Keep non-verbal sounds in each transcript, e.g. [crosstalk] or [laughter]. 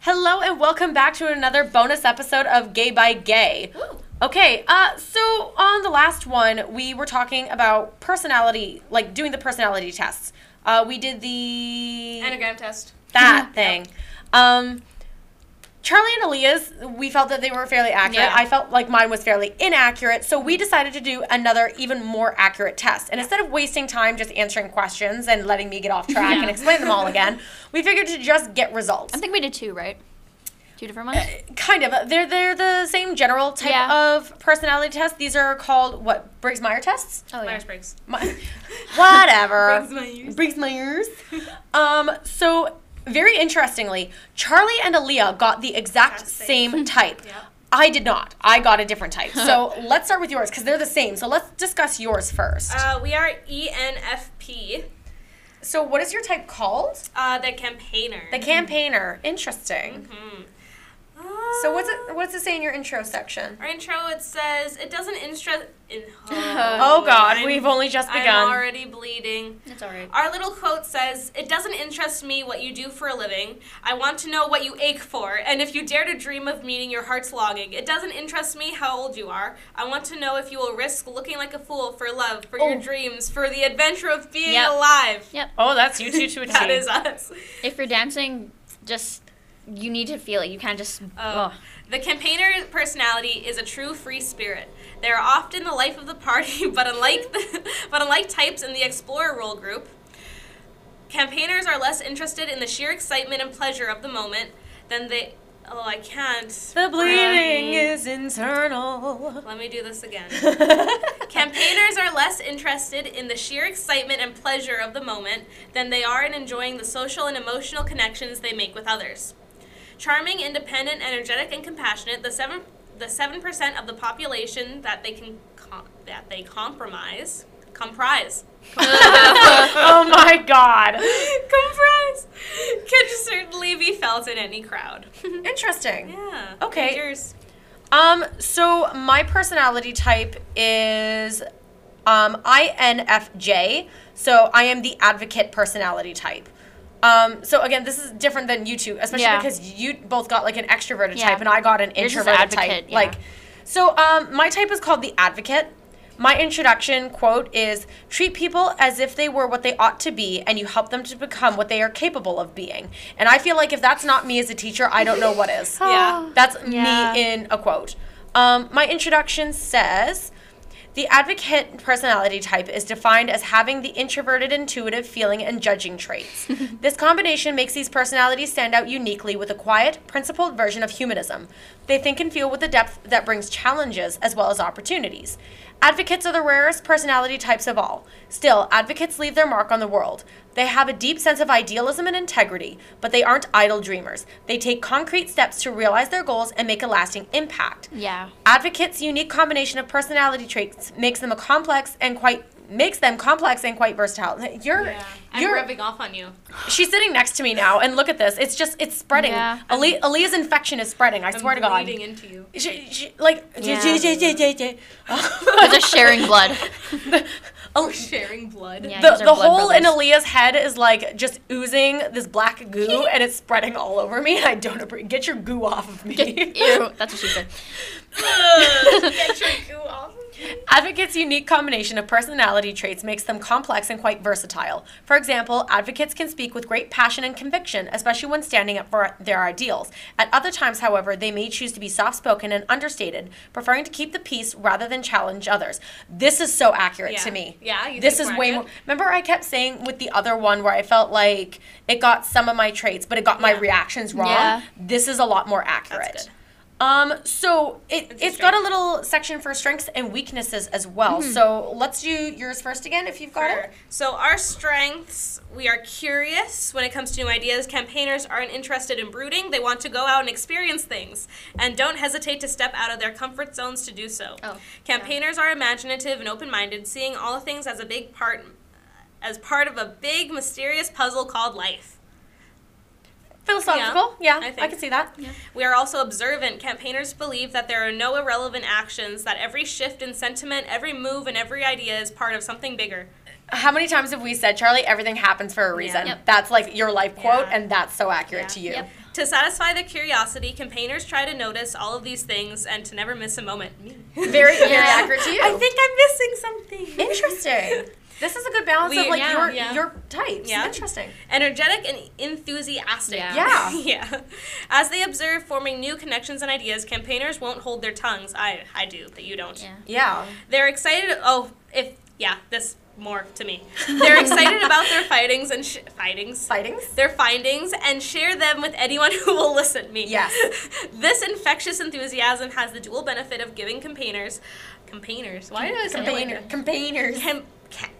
Hello and welcome back to another bonus episode of Gay by Gay. Okay, uh, so on the last one, we were talking about personality, like doing the personality tests. Uh, we did the Anagram test. that thing. Um, Charlie and Aaliyah's, we felt that they were fairly accurate. Yeah. I felt like mine was fairly inaccurate. So we decided to do another, even more accurate test. And instead of wasting time just answering questions and letting me get off track and Yeah. explain them all again, we figured to just get results. I think we did two, right? Two different ones. Uh, Kind of. They're they're the same general type Yeah. of personality tests. These are called what Briggs Meyer tests. Oh yeah. [laughs] Myers Briggs. My, whatever. Myers. Briggs Myers. um. So very interestingly, Charlie and Aaliyah got the exact Exact same. [laughs] same type. Yeah. I did not. I got a different [laughs] type. So let's start with yours because they're the same. So let's discuss yours first. Uh, we are ENFP, so what is your type called? uh, the campaigner. The campaigner. Interesting. Mhm. So what's it? What's it say in your intro section? Our intro it says it doesn't interest. In- [laughs] Oh God, I'm- we've only just begun. I'm already bleeding. That's all right. Our little quote says, It doesn't interest me what you do for a living. I want to know what you ache for, and if you dare to dream of meeting your heart's longing. It doesn't interest me how old you are. I want to know if you will risk looking like a fool for love, for Oh. your dreams, for the adventure of being Yep. alive. Oh, that's you two to a [laughs] That T. is us. If you're dancing, just you need to feel it. You can't just. Oh. Oh. The campaigner personality is a true free spirit. They are often the life of the party, [laughs] but unlike the, but unlike types in the explorer role group, campaigners are less interested in the sheer excitement and pleasure of the moment than they. Oh, [laughs] I can't. The bleeding Um, is [laughs] internal. Oh Let me do this again. Campaign. Campaigners are less interested in the sheer excitement and pleasure of the moment than they are in enjoying the social and emotional connections they make with others. Charming, independent, energetic, and compassionate, the seven the seven percent of the population that they can com- that they compromise comprise [laughs] oh my god. comprise can certainly be felt in any crowd. [laughs] Interesting. Yeah. Okay. Who's yours? Um, so my personality type is um INFJ. So I am the advocate personality type. Um, so again, this is different than you two, especially Yeah. because you both got like an extroverted Yeah. type and I got an Yours is introverted type. advocate, yeah. Like so um my type is called the advocate. My introduction quote is treat people as if they were what they ought to be and you help them to become what they are capable of being. And I feel like if that's not me as a teacher, I don't know what is. Yeah. That's [laughs] Yeah. me in a quote. Um, my introduction says the advocate personality type is defined as having the introverted, intuitive, feeling, and judging traits. this combination makes these personalities stand out uniquely with a quiet, principled version of humanism. They think and feel with a depth that brings challenges as well as opportunities. Advocates are the rarest personality types of all. Still, advocates leave their mark on the world. They have a deep sense of idealism and integrity, but they aren't idle dreamers. They take concrete steps to realize their goals and make a lasting impact. Yeah. Advocates' unique combination of personality traits makes them a complex and quite makes them complex and quite versatile. You're I'm you're rubbing off on you. she's sitting next to me now and look at this. It's just it's spreading. Yeah. Ali, Aaliyah's infection is spreading. I swear I'm to God. bleeding into you. She, she, like Yeah. Because they're the [laughs] sharing blood. We're sharing blood. [laughs] Yeah. oh, the, these are the blood hole in brothers. Aaliyah's head is like just oozing this black goo and it's spreading all over me and I don't appreciate get your goo off of me. Ew. That's what she said. [laughs] Get your goo off. Advocates' unique combination of personality traits makes them complex and quite versatile. For example, advocates can speak with great passion and conviction, especially when standing up for their ideals. At other times, however, they may choose to be soft spoken and understated, preferring to keep the peace rather than challenge others. This is so accurate to Yeah. me. Yeah, you this think is we're way more. accurate? Remember, I kept saying with the other one where I felt like it got some of my traits, but it got my Yeah. reactions wrong. Yeah. This is a lot more accurate. good. Um, so it, It's a it's got a strength. little section for strengths and weaknesses as well. So let's do yours first again if you've got it. Mm-hmm. Sure. So our strengths, we are curious when it comes to new ideas. Campaigners aren't interested in brooding. They want to go out and experience things and don't hesitate to step out of their comfort zones to do so. Oh, Campaigners are imaginative and open-minded, seeing all things as a big part as part of a big mysterious puzzle called life. Philosophical, yeah, I I, think. can see that. We are also observant. Campaigners believe that there are no irrelevant actions, that every shift in sentiment, every move, and every idea is part of something bigger. How many times have we said, Charlie, everything happens for a reason? Yep. That's like your life quote, Yeah. and that's so accurate Yeah. to you. Yep. To satisfy their curiosity, campaigners try to notice all of these things and to never miss a moment. Me. Very, very Yeah. accurate to you. I think I'm missing something. Interesting. This is a good balance We- of like yeah, your yeah. your types. Yeah. Interesting. energetic and enthusiastic. Yeah. [laughs] yeah. As they observe forming new connections and ideas, campaigners won't hold their tongues. I I do, but you don't. Yeah. Yeah. They're excited oh, if yeah, this more to me. They're excited about their fightings and sh- fightings. Sightings. their findings and share them with anyone who will listen. Me. Yes. [laughs] this infectious enthusiasm has the dual benefit of giving campaigners, campaigners. Why did I sound like Campaigner. Campaigners. [laughs] a- Cam- ca-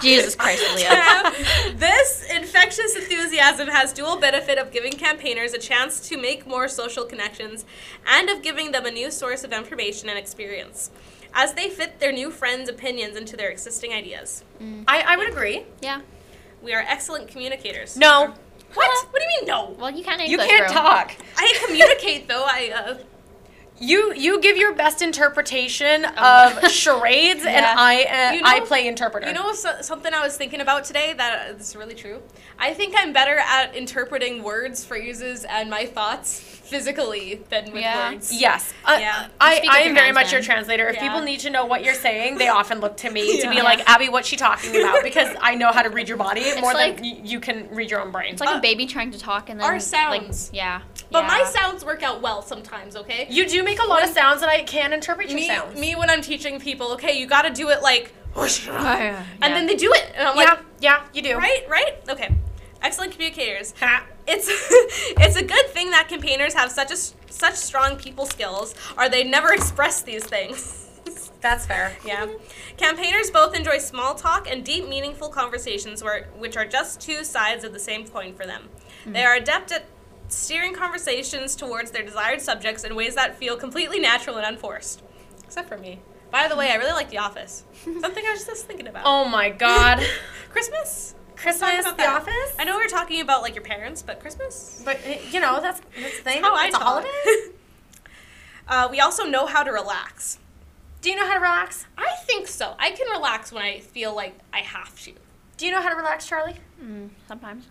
[laughs] Jesus Christ, [laughs] Leo. Tab. this infectious enthusiasm has dual benefit of giving campaigners a chance to make more social connections and of giving them a new source of information and experience as they fit their new friends' opinions into their existing ideas. I, I would agree. Yeah. We are excellent communicators. No. What? What do you mean no? Well, you kind of You can't talk. I [laughs] communicate though. I uh, You you give your best interpretation Oh. [laughs] of charades, and Yeah. I uh, Um, You I know- play interpreter. you know so- something I was thinking about today that uh, is really true. I think I'm better at interpreting words, phrases, and my thoughts physically than with Yeah. words. Yes. Uh, Yeah. I, Speak I with am your very hands, much your man. translator. If Yeah. people need to know what you're saying, [laughs] they often look to me to be Yeah. like, Abby, what's she talking [laughs] about? Because I know how to read your body more like- than y- you can read your own brain. It's like Uh, a baby trying to talk and then our like, sounds. yeah. But yeah. my sounds work out well sometimes, okay? you do make a lot of sounds, and I can interpret your me, sounds. me when I'm teaching people, okay, you gotta do it like, and Oh, Yeah. then they do it, and I'm yeah, like, yeah, you do. right, right, okay. Excellent communicators. Ha. It's [laughs] it's a good thing that campaigners have such a s- such strong people skills, or they never [laughs] express these things. [laughs] That's fair. Yeah. Campaigners both enjoy small talk and deep, meaningful conversations, where, which are just two sides of the same coin for them. Mm. They are adept at steering conversations towards their desired subjects in ways that feel completely natural and unforced. Except for me. By the way, I really like The [laughs] Office. Something I was just thinking about. Oh my [laughs] God. Christmas? Talk Christmas, about The that. Office. I know we were talking about like your parents, but Christmas? But uh, you know that's that's the thing. How I it's a talk. holiday. [laughs] uh, we also know how to relax. Do you know how to relax? I think so. I can relax when I feel like I have [laughs] to. Do you know how to relax, Charlie? Mm, sometimes.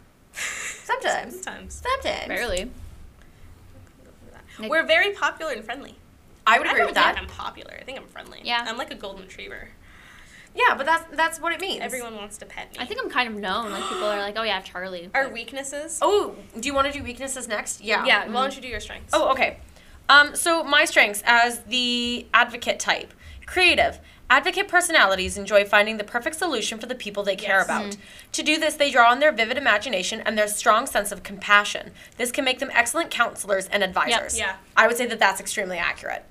Sometimes. Sometimes. Sometimes. Barely. Like- We're very popular and friendly. I would I agree don't with think that. I'm popular. I think I'm friendly. Yeah. I'm like a golden retriever. Yeah, but that's that's what it means. Everyone wants to pet me. I think I'm kind of known. Like people are like, oh yeah, Charlie. our weaknesses. Oh, do you want to do weaknesses next? Yeah. Mm-hmm. yeah. Why don't you do your strengths? Oh, okay. Um, so my strengths as the advocate type, creative. Advocate personalities enjoy finding the perfect solution for the people they care Yes. Hmm. about. To do this, they draw on their vivid imagination and their strong sense of compassion. This can make them excellent counselors and advisors. Yeah. I would say that that's extremely accurate.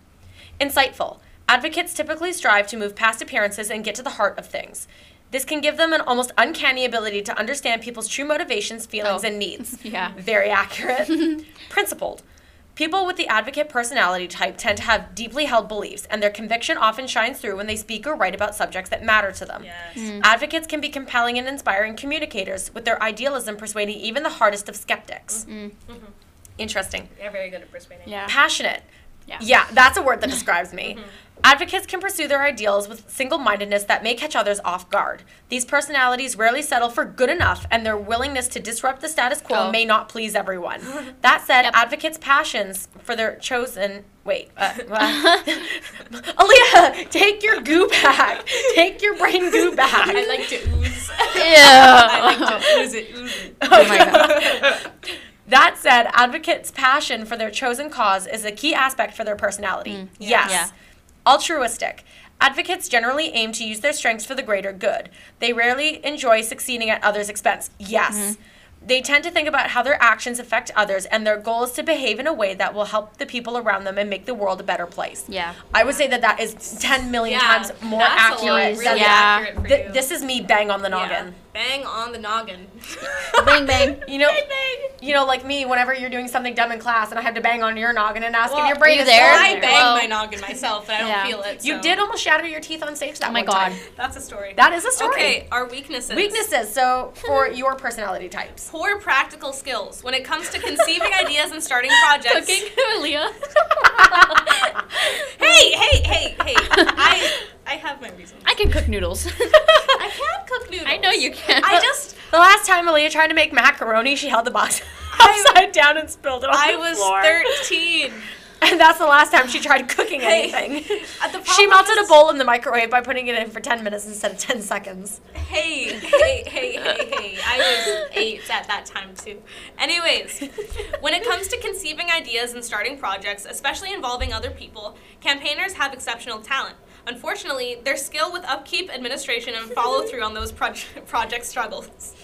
Insightful. Advocates typically strive to move past appearances and get to the heart of things. This can give them an almost uncanny ability to understand people's true motivations, feelings, Oh. and [laughs] needs. Yeah. Very accurate. Principled. People with the advocate personality type tend to have deeply held beliefs, and their conviction often shines through when they speak or write about subjects that matter to them. Yes. Mm, Advocates can be compelling and inspiring communicators, with their idealism persuading even the hardest of skeptics. Interesting. They're Mm-hmm. very good at persuading. mm. Yeah. Passionate. [laughs] Yeah. Yeah, that's a word that describes [laughs] me. Mm-hmm. Advocates can pursue their ideals with single mindedness that may catch others off guard. These personalities rarely settle for good enough, and their willingness to disrupt the status quo Oh. may not please everyone. [laughs] That said, Yep. advocates' passions for their chosen. Wait. [laughs] Uh, uh, [laughs] Aaliyah, take your goo back. Take your brain goo back. I like to ooze. [laughs] Ew. I like [laughs] to ooze it, ooze [laughs] it. oh my god. That said, advocates' passion for their chosen cause is a key aspect for their personality. Yes. Mm, Yeah. Altruistic. Advocates generally aim to use their strengths for the greater good. They rarely enjoy succeeding at others' expense. Yes. Mm-hmm. They tend to think about how their actions affect others, and their goal is to behave in a way that will help the people around them and make the world a better place. Yeah. I would say that that is 10 million Yeah, times more that's a lot, accurate. Jeez, than Really yeah. accurate for Th- you. this is me bang on the Yeah. noggin. Bang on the noggin. [laughs] Bang bang. You know, bang. you know, like me, whenever you're doing something dumb in class and I have to bang on your noggin and ask if Well, your brain you is there? there. I bang Well- my noggin myself, but I don't Yeah. feel it. You so- did almost shatter your teeth on stage that Oh my one god. time. That's a story. That is a story. Okay, our weaknesses. Weaknesses, so [laughs] for your personality types. Poor practical skills when it comes to conceiving ideas and starting projects. Cooking, Leah. [laughs] Hey, hey, hey, hey! [laughs] I I have my reasons. I can cook noodles. I can cook noodles. [laughs] I know you can. I just The last time Aaliyah tried to make macaroni, she held the box [laughs] I- upside down and spilled it on I the was floor. 13. And that's the last time she tried cooking Hey, anything. [laughs] At the She problem melted a is- bowl in the microwave by putting it in for 10 minutes instead of 10 seconds. Hey, hey, hey, hey, hey. I was eight at that time, too. Anyways, when it comes to conceiving ideas and starting projects, especially involving other people, campaigners have exceptional talent. Unfortunately, their skill with upkeep, administration, and follow through on those proj- project struggles.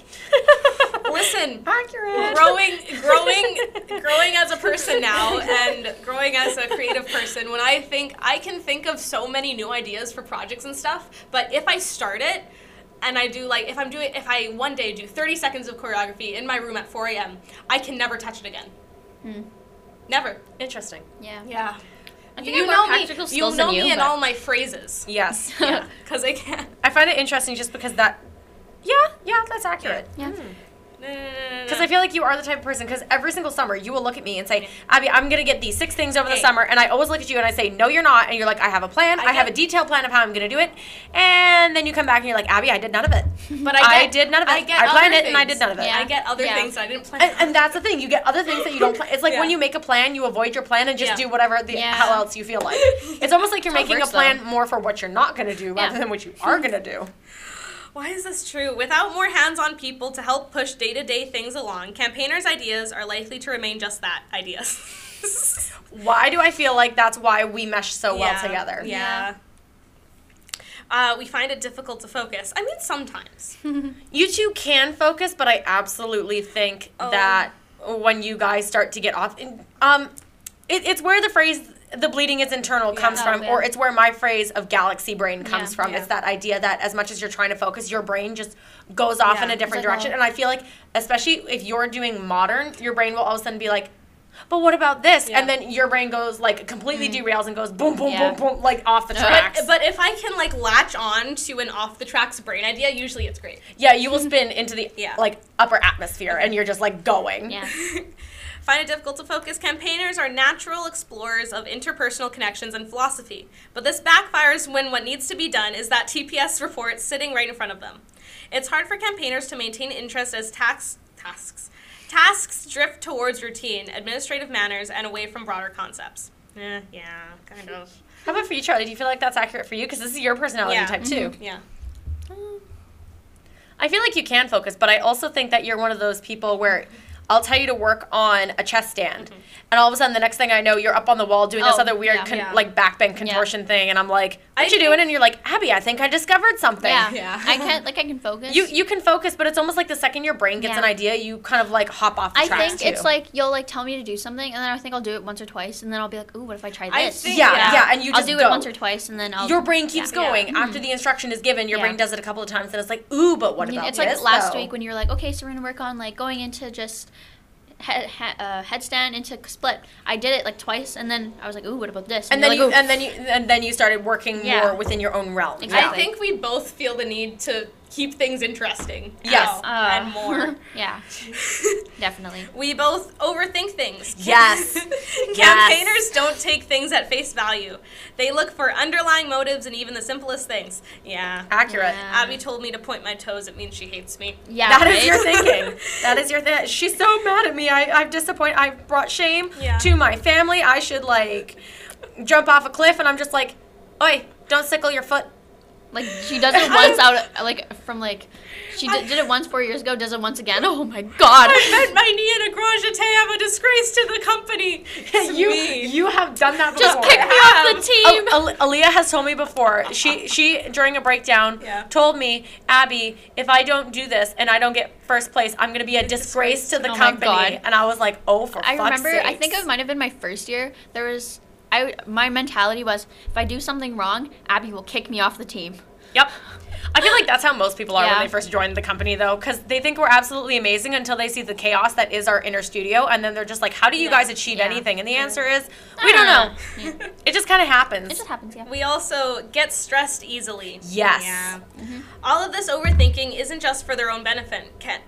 Listen, [laughs] Accurate. growing growing growing as a person now and growing as a creative person when i think i can think of so many new ideas for projects and stuff but if i start it and i do like if i'm doing if i one day do 30 seconds of choreography in my room at 4 a.m i can never touch it again Hmm. never Interesting. yeah. yeah I think I you have more know me practical you skills know than you. me and but- [laughs] all my phrases Yes. yeah because i can I find it interesting just because that. Yeah, yeah, that's accurate. Yeah. No, no, no, no, no, [laughs] Because no. I feel like you are the type of person. Because every single summer, you will look at me and say, "Abby, I'm gonna get these six things over the Hey. summer," and I always look at you and I say, "No, you're not," and you're like, "I have a plan. I, I have a get- detailed plan of how I'm gonna do it," and then you come back and you're like, "Abby, I did none of it. but I, get- did none of it. I I, get other planned it and I things. did none of it." Yeah. I get other Yeah. things I didn't plan. And, and that's the thing. You get other things that you don't plan. It's like when Yeah. you make a plan, you avoid your plan and just Yeah. do whatever the Yeah. hell else you feel like. It's almost like you're That's how it making a works, plan though. more for what you're not gonna do rather Yeah. than what you are gonna do. Why is this true? Without more hands on people to help push day to day things along, campaigners' ideas are likely to remain just that ideas. Why do I feel like that's why we mesh so [laughs] Yeah, well together? Yeah. Uh, we find it difficult to focus. I mean, sometimes. You two can focus, but I absolutely think Oh. that when you guys start to get off, and, um, it, it's where the phrase "the bleeding is internal" Yeah. comes Oh, from, yeah. or it's where my phrase of galaxy brain comes Yeah. from. Yeah. It's that idea that as much as you're trying to focus, your brain just goes off in Yeah. a different It's like, direction. oh. And I feel like, especially if you're doing modern, your brain will all of a sudden be like. But what about this? Yeah. Mm. And then your brain goes like completely derails and goes boom, boom, Yeah. boom, boom, like off the But- tracks. But if I can like latch on to an off the tracks brain idea, usually it's great. yeah, you will spin into the Yeah. like upper atmosphere, and you're just like going. [laughs] Yeah. Find it difficult to focus. Campaigners are natural explorers of interpersonal connections and philosophy, but this backfires when what needs to be done is that TPS report sitting right in front of them. It's hard for campaigners to maintain interest as tax, tasks tasks drift towards routine, administrative manners, and away from broader concepts. Eh, yeah, kind of. How about for you, Charlie? Do you feel like that's accurate for you? Because this is your personality Yeah. type too. Yeah. I feel like you can focus, but I also think that you're one of those people where I'll tell you to work on a chest stand, and all of a sudden the next thing I know, you're up on the wall doing this Mm-hmm. Oh, other weird yeah. con- Yeah. like backbend contortion thing, and I'm like, "What I you think- doing?" And you're like, "Abby, I think I discovered something." Yeah. Yeah. I can like I can focus. You you can focus, but it's almost like the second your brain gets Yeah. an idea, you kind of like hop off the I tracks think too. it's like you'll like tell me to do something, and then I think I'll do it once or twice, and then I'll be like, "Ooh, what if I try I this?" think- yeah, yeah. yeah, and you I'll just do go. it once or twice, and then I'll. Mm-hmm. your brain keeps Yeah. going after the instruction is given. Your Yeah. brain does it a couple of times, and it's like, "Ooh, but what I mean, about it's this?" like last though?" week when you were like, "Okay, so we're gonna work on like going into just." Head, ha uh, headstand into split. I did it like twice, and then I was like, "Ooh, what about this?" and then you you're like, and then you and then you started working Yeah. more within your own realm. Exactly. I think we both feel the need to keep things interesting. Yes. now, "Ooh, and more. uh, [laughs] yeah, [laughs] definitely. We both overthink things. [laughs] [laughs] Yes. Campaigners don't take things at face value. They look for underlying motives and even the simplest things. Yeah. Accurate. Yeah. Abby told me to point my toes. It means she hates me. [laughs] Yeah, That is right? [laughs] your thinking. That is your thing. She's so mad at me. I, I've disappointed. I've brought shame Yeah. to my family. I should like jump off a cliff, and I'm just like, oi, don't sickle your foot. Like she does [laughs] it once out, like from like, she did, did it once four years ago. Does it once again? Oh my god! I bent my knee in a grand jeté. I'm a disgrace to the company. It's you me. you have done that [laughs] Just before. kick me off the team. Oh, Al- Aaliyah has told me before. She she during a breakdown Yeah. told me, Abby, if I don't do this and I don't get first place, I'm gonna be a disgrace to the Oh my company. God. And I was like, oh for I fuck's remember. I think sakes. it might have been my first year. There was I. My mentality was if I do something wrong, Abby will kick me off the team. Yep. I feel like that's how most people are Yeah. when they first join the company, though, because they think we're absolutely amazing until they see the chaos that is our inner studio, and then they're just like, "How do you Yeah. guys achieve Yeah. anything?" And the answer is, "We don't know. Yeah. It just kind of happens." [laughs] It just happens. Yeah. [laughs] We also get stressed easily. Yes. Mm-hmm. Yeah. All of this overthinking isn't just for their own benefit. Can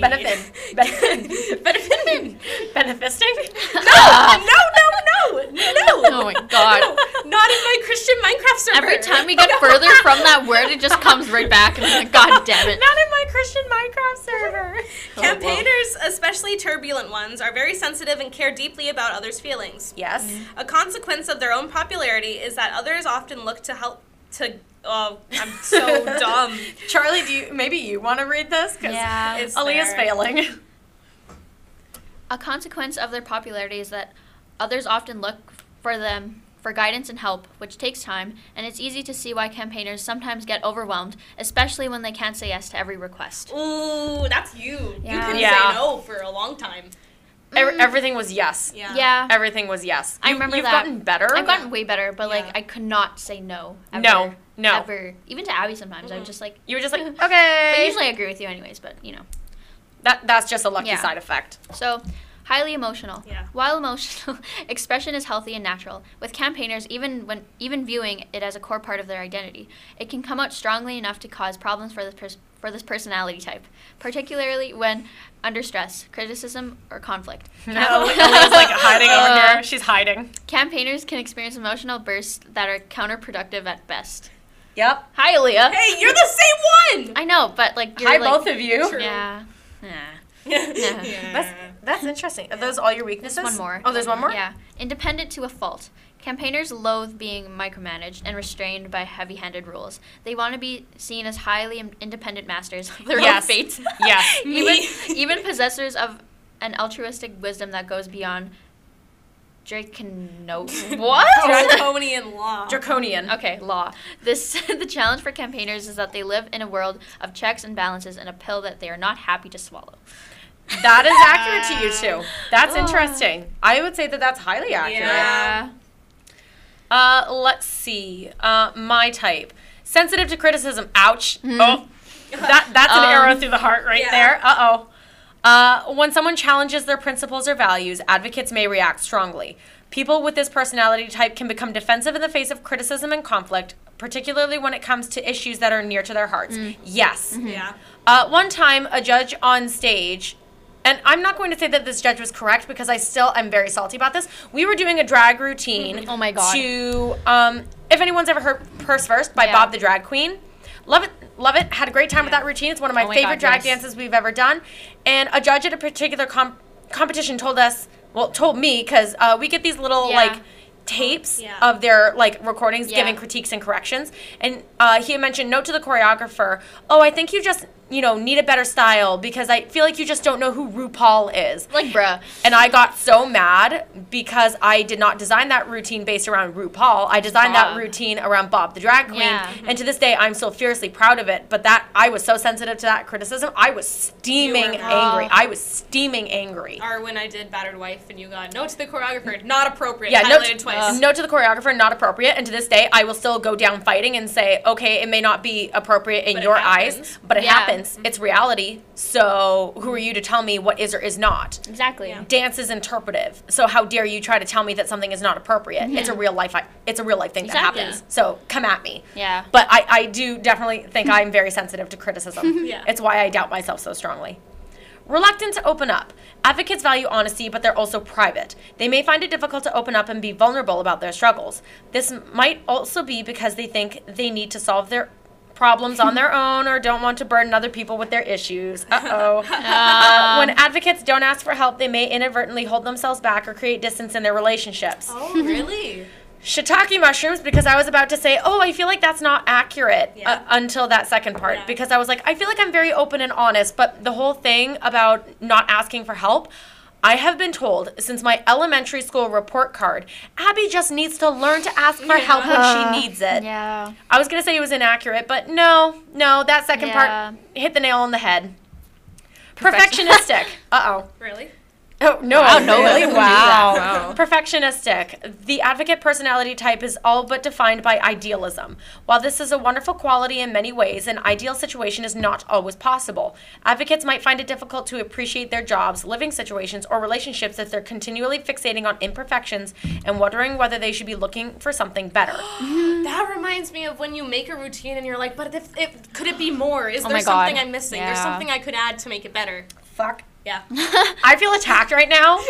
[laughs] Benefit. Benefit. Benefit. [laughs] Benefisting? No, no, no, no, no. Oh my God. No, not in my Christian Minecraft every introvert. time [laughs] we get further from that word, it just comes right back, and I'm like, [laughs] God damn it. Not in my Christian Minecraft [laughs] server. Oh, well. Campaigners, especially turbulent ones, are very sensitive and care deeply about others' feelings. Yes. A consequence of their own popularity is that others often look to help to. Oh, I'm [laughs] so dumb. [laughs] Charlie, do you maybe you want to read this? Because Yeah. Mm. It's Aaliyah's there. failing. [laughs] A consequence of their popularity is that others often look for them for guidance and help, which takes time, and it's easy to see why campaigners sometimes get overwhelmed, especially when they can't say yes to every request. Ooh, that's you. You Yeah. can Yeah. say no for a long time. Ev- everything was yes. Yeah. Yeah. Everything was yes. I You- remember You've that. gotten better. I've gotten way better, but Yeah. like I could not say no. Ever, No, no. Ever. Even to Abby sometimes. I was just like, you were [laughs] just like, but okay. usually I agree with you anyways, but you know. that that's just a lucky Yeah. side [laughs] effect. So, highly emotional. Yeah. While emotional, [laughs] expression is healthy and natural. With campaigners, even when even viewing it as a core part of their identity, it can come out strongly enough to cause problems for this pers- for this personality type, particularly when under stress, criticism, or conflict. [laughs] No, Aaliyah's like hiding over [laughs] Uh, here. She's hiding. Campaigners can experience emotional bursts that are counterproductive at best. Yep. Hi, Aaliyah. Hey, you're the same one. I know, but like you're Hi, like, both of you. True. Yeah. Nah. [laughs] yeah. That's that's interesting. Are those all your weaknesses? There's one more. Oh, there's one more. Yeah. Independent to a fault. Campaigners loathe being micromanaged and restrained by heavy handed rules. They want to be seen as highly in- independent masters of their Yes. own [laughs] fates. Yes. [laughs] even, Me. [laughs] even possessors of an altruistic wisdom that goes beyond [laughs] Dracono. what? Draconian law. [laughs] Draconian. Okay, law. This [laughs] the challenge for campaigners is that they live in a world of checks and balances and a pill that they are not happy to swallow. That is accurate to you too. That's Oh. interesting. I would say that that's highly accurate. Yeah. Uh, let's see. Uh, my type. Sensitive to criticism. Ouch. Oh, that that's an Um, arrow through the heart right yeah. there. Uh oh. Uh, when someone challenges their principles or values, advocates may react strongly. People with this personality type can become defensive in the face of criticism and conflict, particularly when it comes to issues that are near to their hearts. Yes. yeah. Uh, one time, a judge on stage, and I'm not going to say that this judge was correct because I still am very salty about this. We were doing a drag routine. Oh my God. To um, if anyone's ever heard "Purse First by Yeah. Bob the Drag Queen. Love it, love it. Had a great time with Yeah. that routine. It's one of my Oh my favorite God, drag yes. dances we've ever done. And a judge at a particular comp- competition told us, well, told me because uh, we get these little Yeah. like tapes Yeah. of their like recordings Yeah. giving critiques and corrections. And uh, he had mentioned note to the choreographer, oh, I think you just you know need a better style because I feel like you just don't know who RuPaul is. Like bruh. And I got so mad because I did not design that routine based around RuPaul. I designed that Bob. routine around Bob the drag queen. Yeah. And to this day, I'm still fiercely proud of it. But that I was so sensitive to that criticism. I was You steaming were- angry. Oh. I was steaming angry. Or when I did Battered Wife and you got notes to the choreographer, not appropriate. Yeah, highlighted note to, uh, twice. note to the choreographer, not appropriate. And to this day, I will still go down fighting and say, okay, it may not be appropriate in But it your eyes, happens. Mm-hmm. but it Yeah. happens. It's reality. So who are you to tell me what is or is not? Exactly. Yeah. Dance is interpretive. So how dare you try to tell me that something is not appropriate? It's a real life. It's a real life thing Exactly. that happens. So come at me. Yeah. But I, I do definitely think I'm very sensitive to criticism. Yeah. It's why I doubt myself so strongly. Reluctant to open up. Advocates value honesty, but they're also private. They may find it difficult to open up and be vulnerable about their struggles. This m- might also be because they think they need to solve their problems on their own or don't want to burden other people with their issues. Uh-oh. Uh, when advocates don't ask for help, they may inadvertently hold themselves back or create distance in their relationships [laughs] Oh, really? shiitake mushrooms because I was about to say, oh, I feel like that's not accurate Yeah. uh, until that second part Yeah. because I was like, I feel like I'm very open and honest, but the whole thing about not asking for help. I have been told since my elementary school report card, Abby just needs to learn to ask for help when she needs it. Yeah. I was gonna say it was inaccurate, but no, no, that second Yeah. part hit the nail on the head. Perfection- [laughs] Perfectionistic. uh oh. Really? Oh no! Wow, no one really? would do Wow. that. Wow. Perfectionistic. The advocate personality type is all but defined by idealism. While this is a wonderful quality in many ways, an ideal situation is not always possible. Advocates might find it difficult to appreciate their jobs, living situations, or relationships if they're continually fixating on imperfections and wondering whether they should be looking for something better. That reminds me of when you make a routine and you're like, but if, if could it be more? Oh Is there my God. something I'm missing? There's Yeah. something I could add to make it better. Fuck. [laughs] Yeah. [laughs] I feel attacked right now.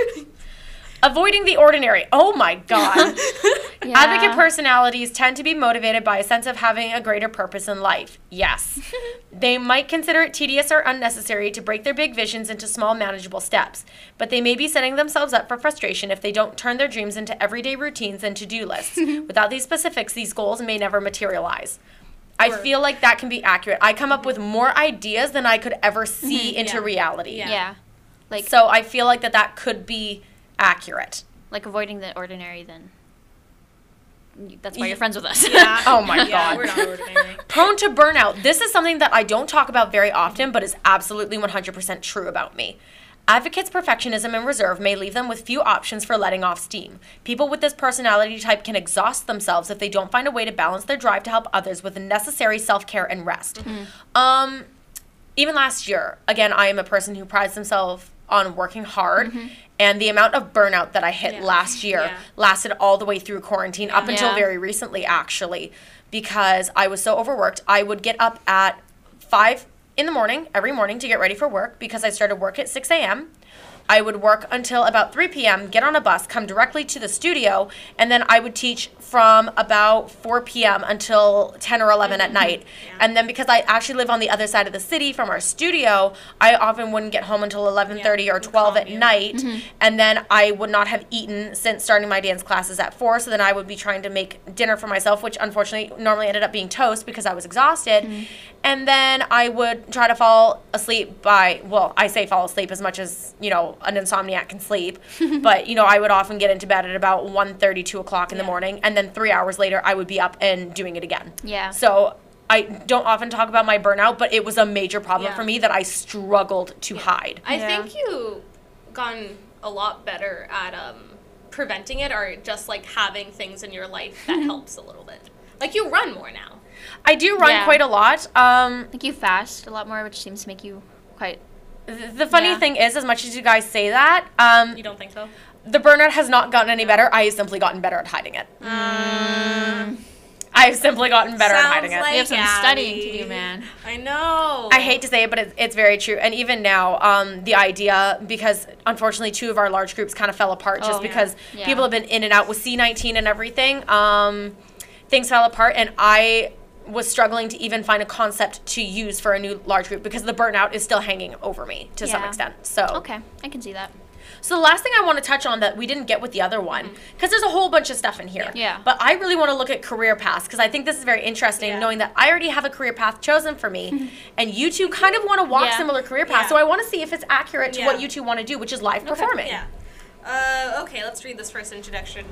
Avoiding the ordinary. Oh my god. Yeah. Advocate personalities tend to be motivated by a sense of having a greater purpose in life. [laughs] Yes. they might consider it tedious or unnecessary to break their big visions into small, manageable steps, but they may be setting themselves up for frustration if they don't turn their dreams into everyday routines and to do [laughs] lists. Without these specifics, these goals may never materialize. I Or- feel like that can be accurate. I come up with more ideas than I could [laughs] ever see Mhm, into yeah. reality. Yeah. Yeah. Like So I feel like that that could be accurate. like avoiding the ordinary then. you- That's why Ye- you're friends with us. Yeah. Oh my [laughs] yeah, God. we're not ordinary. prone to burnout. This is something that I don't talk about very often, but is absolutely 100% true about me. Advocates' perfectionism and reserve may leave them with few options for letting off steam. People with this personality type can exhaust themselves if they don't find a way to balance their drive to help others with the necessary self care and rest. Mm-hmm. Um, even last year, again, I am a person who prides themselves on working hard. And the amount of burnout that I hit Mm-hmm. Yeah. last year Yeah. lasted all the way through quarantine, up until Yeah. very recently, actually, because I was so overworked. I would get up at five in the morning every morning to get ready for work because I started work at 6 a.m. I would work until about 3 p.m., get on a bus, come directly to the studio, and then I would teach from about 4 p.m. until 10 or 11 at night. Mm-hmm. Yeah. And then because I actually live on the other side of the city from our studio, I often wouldn't get home until 11:30 Yeah, or it would 12 calm at you. night, and then I would not have eaten since starting my dance classes at 4, so then I would be trying to make dinner for myself, which unfortunately normally ended up being toast because I was exhausted. And then I would try to fall asleep by well, I say fall asleep as much as, you know, an insomniac can sleep, but you know, I would often get into bed at about 1:30 2 o'clock in the Yeah. morning, and then 3 hours later I would be up and doing it again. [laughs] yeah. So I don't often talk about my burnout, but it was a major problem Yeah. for me that I struggled to hide. I Yeah. think you gotten a lot better at um, preventing it or just like having things in your life [laughs] that helps a little bit. Like you run more now. I do run Yeah. quite a lot. Um, like you fast a lot more, which seems to make you quite th- the funny Yeah. thing is, as much as you guys say that, um, You don't think so? the burnout has not gotten any better. I have simply gotten better at hiding it. I have simply gotten better at Mm. Sounds hiding it. like- We have some Gabby. studying to do, man. I know. I hate to say it, but it's, it's very true. And even now, um, the idea, because unfortunately two of our large groups kind of fell apart just Oh, yeah. because Yeah. people have been in and out with C19 and everything, um, things fell apart. And I was struggling to even find a concept to use for a new large group because the burnout is still hanging over me to some Yeah. extent. So, Okay, I can see that. so the last thing I want to touch on that we didn't get with the other one, Mm. because there's a whole bunch of stuff in here. Yeah. But I really want to look at career paths because I think this is very interesting, Yeah. knowing that I already have a career path chosen for me, [laughs] and you two kind of want to walk Yeah. similar career paths. Yeah. So I want to see if it's accurate to what Yeah. you two want to do, which is live performing. Yeah. Uh, okay, let's read this first introduction.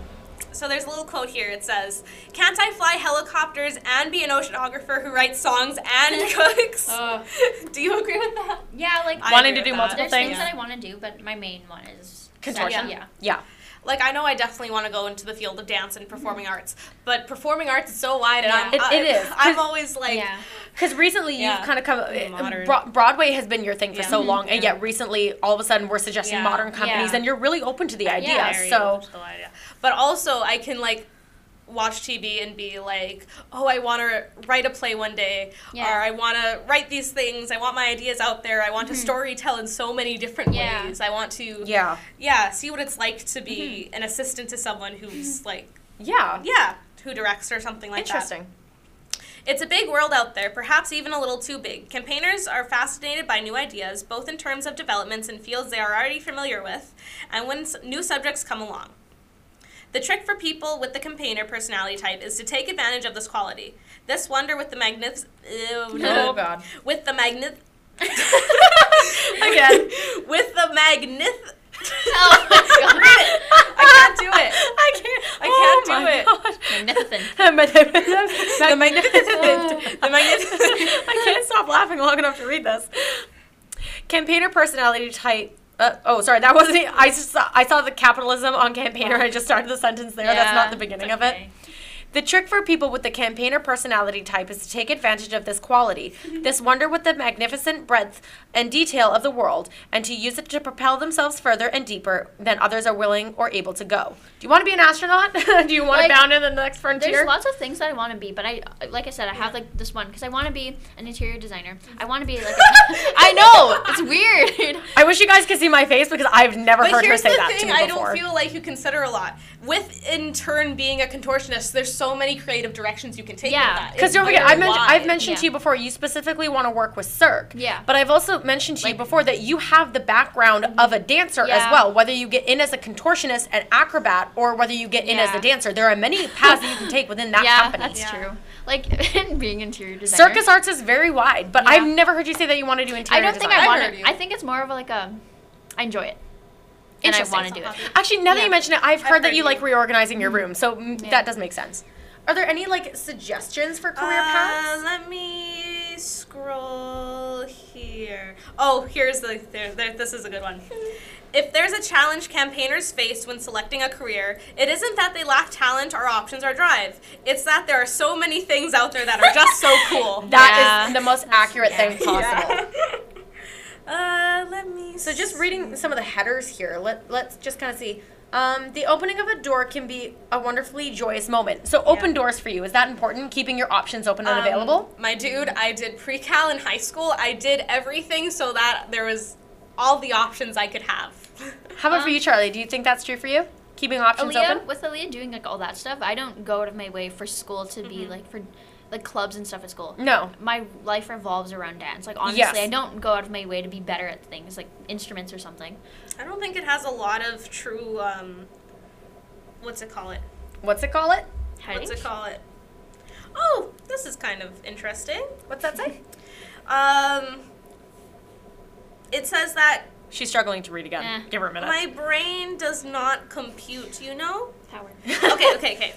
So there's a little quote here. It says, "Can't I fly helicopters and be an oceanographer who writes songs and cooks?" Ugh. [laughs] do you agree with that? Yeah, like I Wanting agree to do with that. multiple there's things. things that I want to do, but my main one is Contortion. Yeah. Yeah. Like I know I definitely want to go into the field of dance and performing arts, but performing arts is so wide, and I'm, Yeah. It- it I- is. I'm always like, [laughs] yeah. Because recently Yeah. you've kind of come. uh, Modern. Bro- Broadway has been your thing for Yeah. Mm-hmm. so long, and Yeah. yet recently, all of a sudden, we're suggesting Yeah. modern companies, Yeah. and you're really open to the idea. Yeah. Very so much the idea. But also, I can like watch TV and be like, oh, I want to write a play one day, Yeah. or I want to write these things. I want my ideas out there. I want to story to storytell in so many different Mm-hmm. Yeah. ways. I want to, yeah. yeah, see what it's like to be Mm-hmm. an assistant to someone who's like, yeah, yeah, who directs or something like that. [laughs] interesting. It's a big world out there, perhaps even a little too big. Campaigners are fascinated by new ideas, both in terms of developments in fields they are already familiar with and when s- new subjects come along. The trick for people with the campaigner personality type is to take advantage of this quality. This wonder with the magnif- [laughs] ew, no. Oh god. with the magnif- Again. [laughs] with the magnif- Oh [laughs] my Read it. I can't do it. [laughs] I can't. Oh I can't do it. Magnificent. [laughs] the magnificent. magnificent. The magnificent. [laughs] I can't stop laughing long enough to read this. Campaigner personality type. Uh, oh, sorry, that wasn't. it. I just saw, I saw the capitalism on campaigner. I just started the sentence there. That's Yeah, not the beginning of it. The trick for people with the campaigner personality type is to take advantage of this [laughs] quality, this wonder with the magnificent breadth and detail of the world, and to use it to propel themselves further and deeper than others are willing or able to go. Do you want to be an astronaut? [laughs] Do you want Like, to bound in the next There's frontier? lots of things that I want to be, but I, like I said, I have like this one because I want to be an interior designer. I want to be [laughs] like, a, I know [laughs] it's weird. I wish you guys could see my face because I've never But heard her here's say the that to thing: me I before. don't feel like you consider a lot. With in turn being a contortionist, there's so many creative directions you can take. Yeah. with that. Because It's don't forget, very I men- I've wide. mentioned to Yeah. you before, you specifically want to work with Cirque. Yeah. But I've also mentioned to you Like- Mm-hmm. before that you have the background of a dancer as Yeah. well, whether you get in as a contortionist and acrobat or whether you get in as a Yeah. dancer. There are many paths that you can take within that yeah, company. that's Yeah. true. Like [laughs] being interior designer. Circus arts is very wide, but Yeah. I've never heard you say that you want to do I interior don't think design. I I want heard it. you. I think it's more of like a, I enjoy it, and I Interesting. want to do it. Actually, now that Yeah. you mention it, I've heard, that heard you, you. like reorganizing your room, so mm, Mm-hmm. Yeah. that does make sense. Are there any like suggestions for career paths? Uh, let me scroll here. Oh, here's the there, there, this is a good one. If there's a challenge campaigners face when selecting a career, it isn't that they lack talent or options or drive. It's that there are so many things out there that are just [laughs] so cool. That is Yeah. the most accurate [laughs] thing possible. Yeah. uh, let me. So just reading some of the headers here, let let's just kind of see. Um, the opening of a door can be a wonderfully joyous moment. So open Yeah. doors for you is that important? Keeping your options open and Um, available. My dude, I did pre-cal in high school. I did everything so that there was all the options I [laughs] could have. How about for um, you, Charlie? Do you think that's true for you? Keeping options Aaliyah, open. with Aaliyah doing like all that stuff, I don't go out of my way for school to be Mm-hmm. like for like clubs and stuff at school. No. My life revolves around dance. Like honestly, Yes. I don't go out of my way to be better at things like instruments or something. I don't think it has a lot of true. Um, what's it call it? What's it call it? Heading? What's it call it? Oh, this is kind of interesting. What's that say? Um, it says that She's struggling to read again. Eh. Give her a minute. my brain does not compute. [laughs] You know? Power. Okay, okay, okay.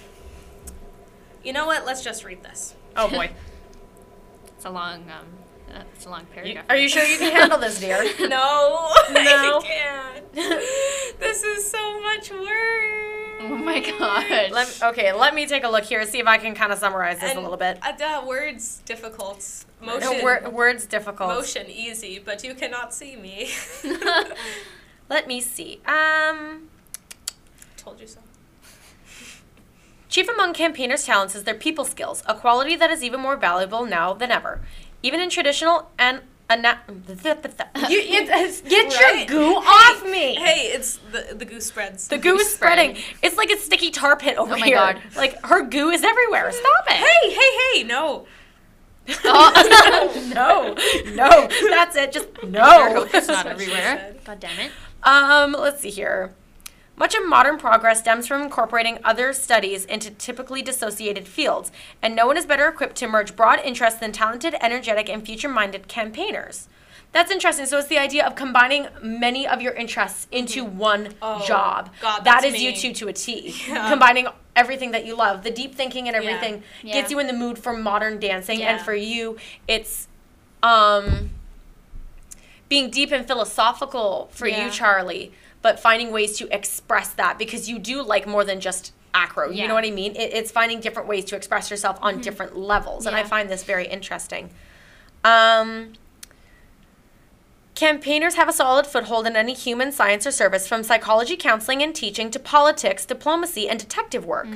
You know what? Let's just read this. oh boy. It's a long um, uh, it's a long paragraph. Are you sure you can handle this, dear? [laughs] [laughs] No, No. [laughs] I can't. This is so much work. Mm-hmm. Oh my god. [laughs] Let okay, let me take a look here. See if I can kind of summarize this a And, little bit. Uh, duh, words difficult. Motion. No, wor- words difficult. Motion easy, but you cannot [laughs] see me. [laughs] Let me see. Um. Told you so. Chief among campaigners' talents is their people skills, a quality that is even more valuable now than ever. Even in traditional and ana- [laughs] you, [laughs] it's, get Right? your goo off me. Hey, it's the the goose spreads. the goo goo is spreading. spreading. It's like a sticky tar pit over Oh my here. God. Like her goo is everywhere. Stop [laughs] it. hey, hey, hey! [laughs] No. Oh. [laughs] no, no, that's it. [laughs] Just no. It's not That's what she everywhere. said. God damn it. Um, let's see here. Much of modern progress stems from incorporating other studies into typically dissociated fields, and no one is better equipped to merge broad interests than talented, energetic, and future minded campaigners. That's interesting. So it's the idea of combining many of your interests into one Mm-hmm. Oh, job. God, that that's is you me. two to a T. [laughs] Yeah. Combining everything that you love, the deep thinking and Yeah. everything Yeah. gets you in the mood for modern dancing, and Yeah. for you, it's um, being deep and philosophical for Yeah. you, Charlie, but finding ways to express that because you do like more than just acro. You Yeah. Mm-hmm. know what I mean? It, it's finding different ways to express yourself on different levels, and I Yeah. find this very interesting. Um, Campaigners have a solid foothold in any human science or service, from psychology, counseling, and teaching to politics, diplomacy, and detective work.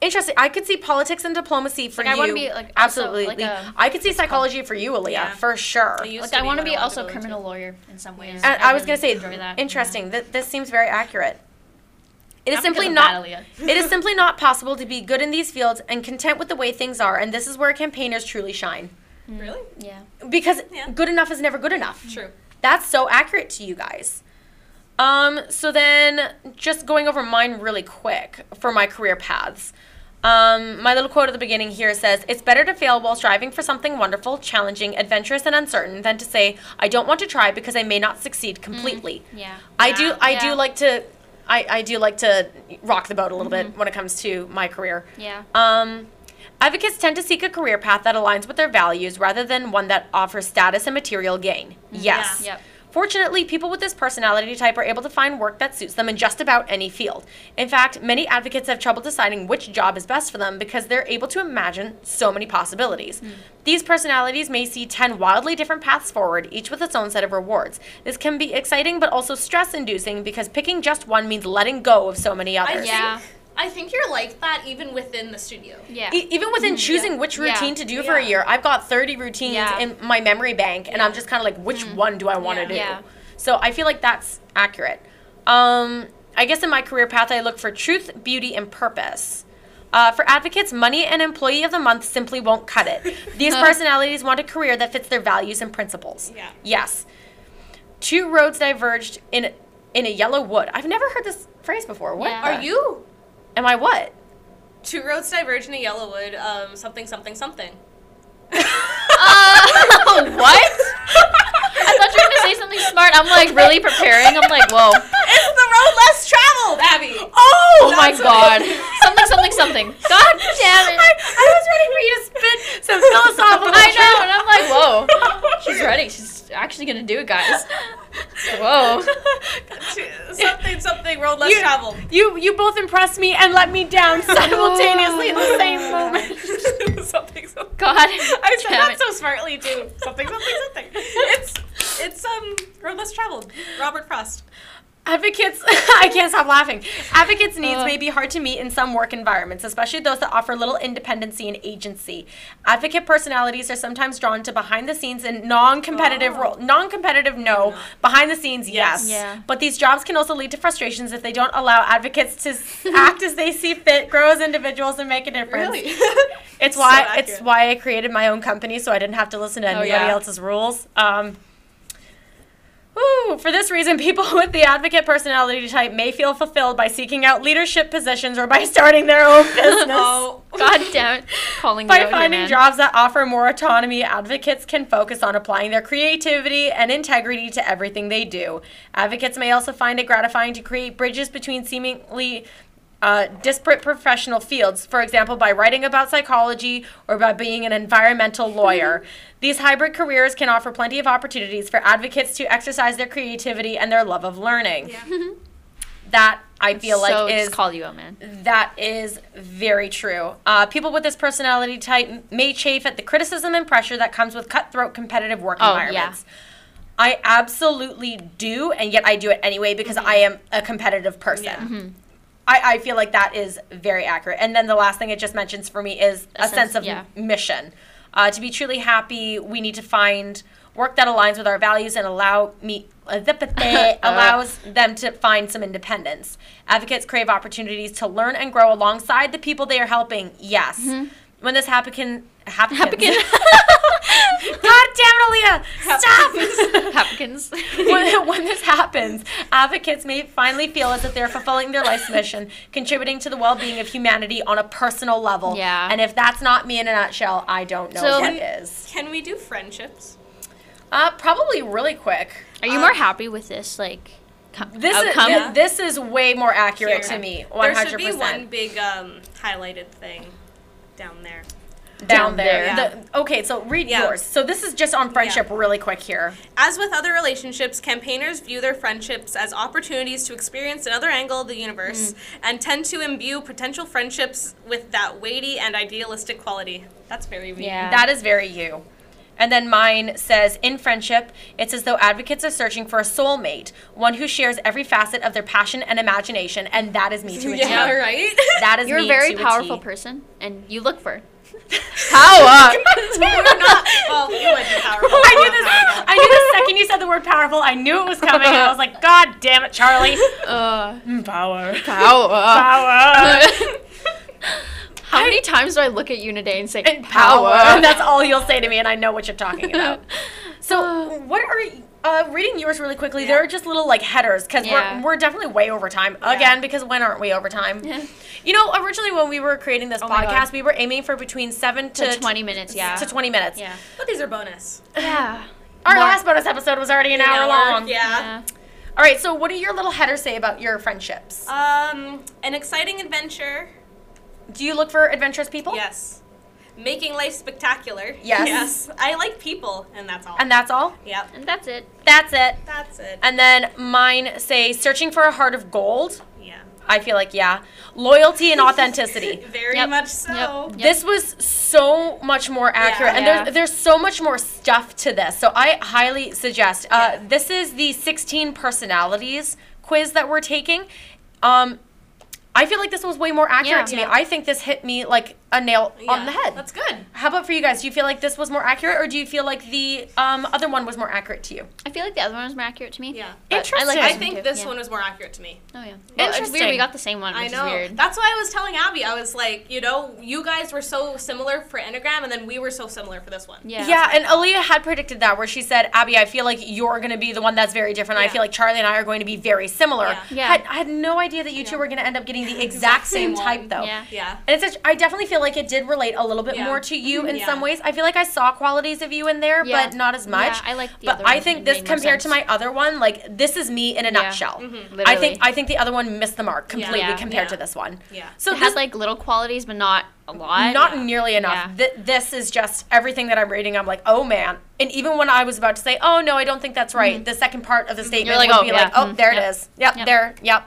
Interesting. I could see politics and diplomacy for Mm. Like, I you. wanna be, like, also, absolutely. like, um, a- I could see psychology for you, Aaliyah, Yeah. for sure. used Like I want what to be wanted also a go criminal lawyer in some ways. And I, was really gonna say, enjoy that, yeah. interesting. Th- this seems very accurate. It is Not because simply of not. that, Aaliyah. it is simply not possible to be good in these fields and content with the way things are, and this is where campaigners truly shine. to. [laughs] Really? Yeah. Because Yeah. good enough is never good enough. True. That's so accurate to you guys. Um, so then just going over mine really quick for my career paths. Um, my little quote at the beginning here says, It's better to fail while striving for something wonderful, challenging, adventurous, and uncertain than to say, I don't want to try because I may not succeed Mm. completely. Yeah. I do Wow. I Yeah. do like to I, I do like to rock the boat a little Mm-hmm. bit when it comes to my career. Yeah. Um, advocates tend to seek a career path that aligns with their values rather than one that offers status and material gain. Yes. Mm-hmm. Yep. Fortunately, people with this personality type are able to find work that suits them in just about any field. In fact, many advocates have trouble deciding which job is best for them because they're able to imagine so many possibilities. Mm. These personalities may see 10 wildly different paths forward, each with its own set of rewards. This can be exciting but also stress inducing because picking just one means letting go of so many I others. think, Yeah. I think you're like that even within the studio. Yeah. [laughs] E- even within choosing which Mm-hmm. Yeah. routine to do for a Yeah. year, I've got 30 routines Yeah. Mm. in my memory bank, and I'm just kind of like, which one do I want to Yeah. do? Yeah. So I feel like that's accurate. Um, I guess in my career path, I look for truth, beauty, and purpose. Uh, for advocates, money and employee of the month simply won't cut it. [laughs] These personalities want a career that fits their values and principles. Yeah. Yes. Two roads diverged in in a yellow wood. I've never heard this phrase before. What Yeah. the- Are you Am I what? two roads divergent in Yellowwood? Um, something, something, something. Uh, what? [laughs] I thought you were gonna say something smart. I'm like really preparing. I'm like, [laughs] whoa. It's the road less traveled, Abby. Oh, Oh my that's- god. Something, something, something. God damn it. I, I was ready for you to spit some philosophical. I truth. know, and I'm like, whoa. She's ready. She's actually gonna do [laughs] it, guys. Whoa. something, something, road less You- traveled. [laughs] You you both impressed me and let me down simultaneously in the same [laughs] moment. something, something. God. I said damn that it. so smartly too. Something, something, something. It's it's um road less traveled. Robert Frost. Advocates, [laughs] I can't stop laughing. Advocates' needs Ugh. may be hard to meet in some work environments, especially those that offer little independency and agency. Advocate personalities are sometimes drawn to behind the scenes and non-competitive Oh. role. Non-competitive, no. Behind the scenes, yes. Yeah. But these jobs can also lead to frustrations if they don't allow advocates to s- act as they see fit, grow as individuals, and make a difference. [laughs] It's So why it's accurate. Oh, why I created my own company, so I didn't have to listen to anybody yeah. else's rules. Um, whew, for this reason, [laughs] people with the advocate personality type may feel fulfilled by seeking out leadership positions or by starting their own [laughs] business. Oh. God damn it. Calling you By out here, finding man. jobs that offer more autonomy, advocates can focus on applying their creativity and integrity to everything they do. Advocates may also find it gratifying to create bridges between seemingly uh, disparate professional fields, for example, by writing about psychology or by being an environmental lawyer. These hybrid careers can offer plenty of opportunities for advocates to exercise their creativity and their love of learning. That I feel so like is just call you out, man. [laughs] that is very true. Uh, people with this personality type may chafe at the criticism and pressure that comes with cutthroat competitive work Oh, yeah. environments. I absolutely do, and yet I do it anyway because Mm-hmm. I am a competitive person. Yeah. I, I feel like that is very accurate. And then the last thing it just mentions for me is a, sense, sense- of yeah. mission. Uh, to be truly happy, we need to find work that aligns with our values and allow me uh, the- [laughs] but they allows them to find some independence. Advocates crave opportunities to learn and grow alongside the people they are helping. Yes. When this Mm-hmm. happen [laughs] happens. Hapkins. God [laughs] damn it, Aaliyah! [laughs] Stop! Hapkins. when, [laughs] when this happens, advocates may finally feel as if they're fulfilling their life's mission, contributing to the well being of humanity on a personal level. Yeah. And if that's not me in a nutshell, I don't know So- what is. Can we do friendships? Uh, probably really quick. [laughs] Are you more happy with this, like, com- This outcome? is thi- this is way more accurate Here. to me. One There should hundred be one percent big um, highlighted thing down there. down down there. there. The- okay, so read Yeah. yours. So this is just on friendship, really quick here. As with other relationships, campaigners view their friendships as opportunities to experience another angle of the universe and tend to imbue potential friendships with that weighty and idealistic quality. That's very me. Yeah. That is very you. And then mine says, in friendship, it's as though advocates are searching for a soulmate, one who shares every facet of their passion and imagination, and that is me to a T. [laughs] Yeah, right? [laughs] That is You're me a very to powerful a T. person, and you look for [laughs] [laughs] power. We're not, well, you would be powerful. [laughs] I knew this. I knew the second you said the word powerful, I knew it was coming, and I was like, God damn it, Charlie! uh, Mm, Power, [laughs] power. power, How many times do I look at you in a day and say and power. [laughs] And that's all you'll say to me, and I know what you're talking about. So, what are y- uh, reading yours really quickly? There are just little like headers because Yeah. we're, we're definitely way over time again. Because when aren't we over time? You know, originally when we were creating this Oh my podcast, God. we were aiming for between seven to, to 20 minutes, yeah. to twenty minutes. Yeah. But these are bonus. Yeah. Our More- last bonus episode was already an, hour, long. Yeah. Yeah. All right, so what do your little headers say about your friendships? Um, an exciting adventure. Do you look for adventurous people? Yes. Making life spectacular. Oh. Yes. Yes. I like people, and that's all. And that's all? yep. And that's it. That's it. That's it. And then mine say searching for a heart of gold. yeah. I feel like, yeah. [laughs] Loyalty and authenticity. [laughs] Very Yep. much so. Yep. This was so much more accurate, and Yeah. there's there's so much more stuff to this. So I highly suggest. Uh, Yeah. This is the 16 personalities quiz that we're taking. Um, I feel like this was way more accurate Yeah. to me. Yeah. I think this hit me like a nail on Yeah. the head. That's good. How about for you guys? Do you feel like this was more accurate, or do you feel like the um, other one was more accurate to you? I feel like the other one was more accurate to me. Yeah. but I, like Interesting. I one think too, this yeah. one was more accurate to me. Oh yeah. Well, it's weird. Interesting. We got the same one, I which know. is weird. That's why I was telling Abby, I was like, you know, you guys were so similar for Enneagram, and then we were so similar for this one. Yeah. Yeah, and Aaliyah had predicted that where she said, Abby, I feel like you're going to be the one that's very different. I Yeah. feel like Charlie and I are going to be very similar. Yeah. Yeah. Had, I had no idea that you two Yeah. were going to end up getting [laughs] the exact Exact same same type, one. though. Yeah. Yeah. And it's such, I definitely feel like it did relate a little bit Yeah. more to you in Yeah. some ways. I feel like I saw qualities of you in there, Mm-hmm. Yeah. but not as much. Yeah, I like the but other I one. think It this made more compared to sense. my other one, like this is me in a Yeah. Mm-hmm. nutshell. Mm-hmm. [laughs] Literally. I think I think the other one missed the mark completely Yeah. compared Yeah. to this one. Yeah. So it this has like little qualities, but not a lot. not yeah. nearly enough. Th- this is just everything that I'm reading. I'm like, oh man. And even when I was about to say, oh no, I don't think that's right, the second part of the statement like, would oh, be yeah, like, oh, mhm, there it yep, is. Yep, yep. there, yep.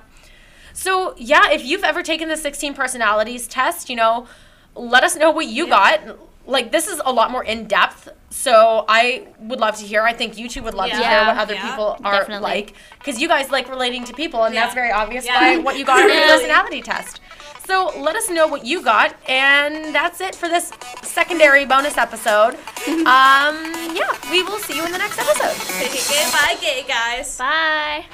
So yeah, if you've ever taken the 16 personalities test, you know, let us know what you Yeah. got. Like this is a lot more in depth. So I would love to hear. I think you two would love to Yeah. hear what other Yeah. people are Definitely. like because you guys like relating to people, and that's Yeah. very obvious Yeah. by what you got in the Yeah. personality test. So let us know what you got, and that's it for this secondary bonus episode. um, yeah, we will see you in the next episode. Say Goodbye, gay guys. Bye.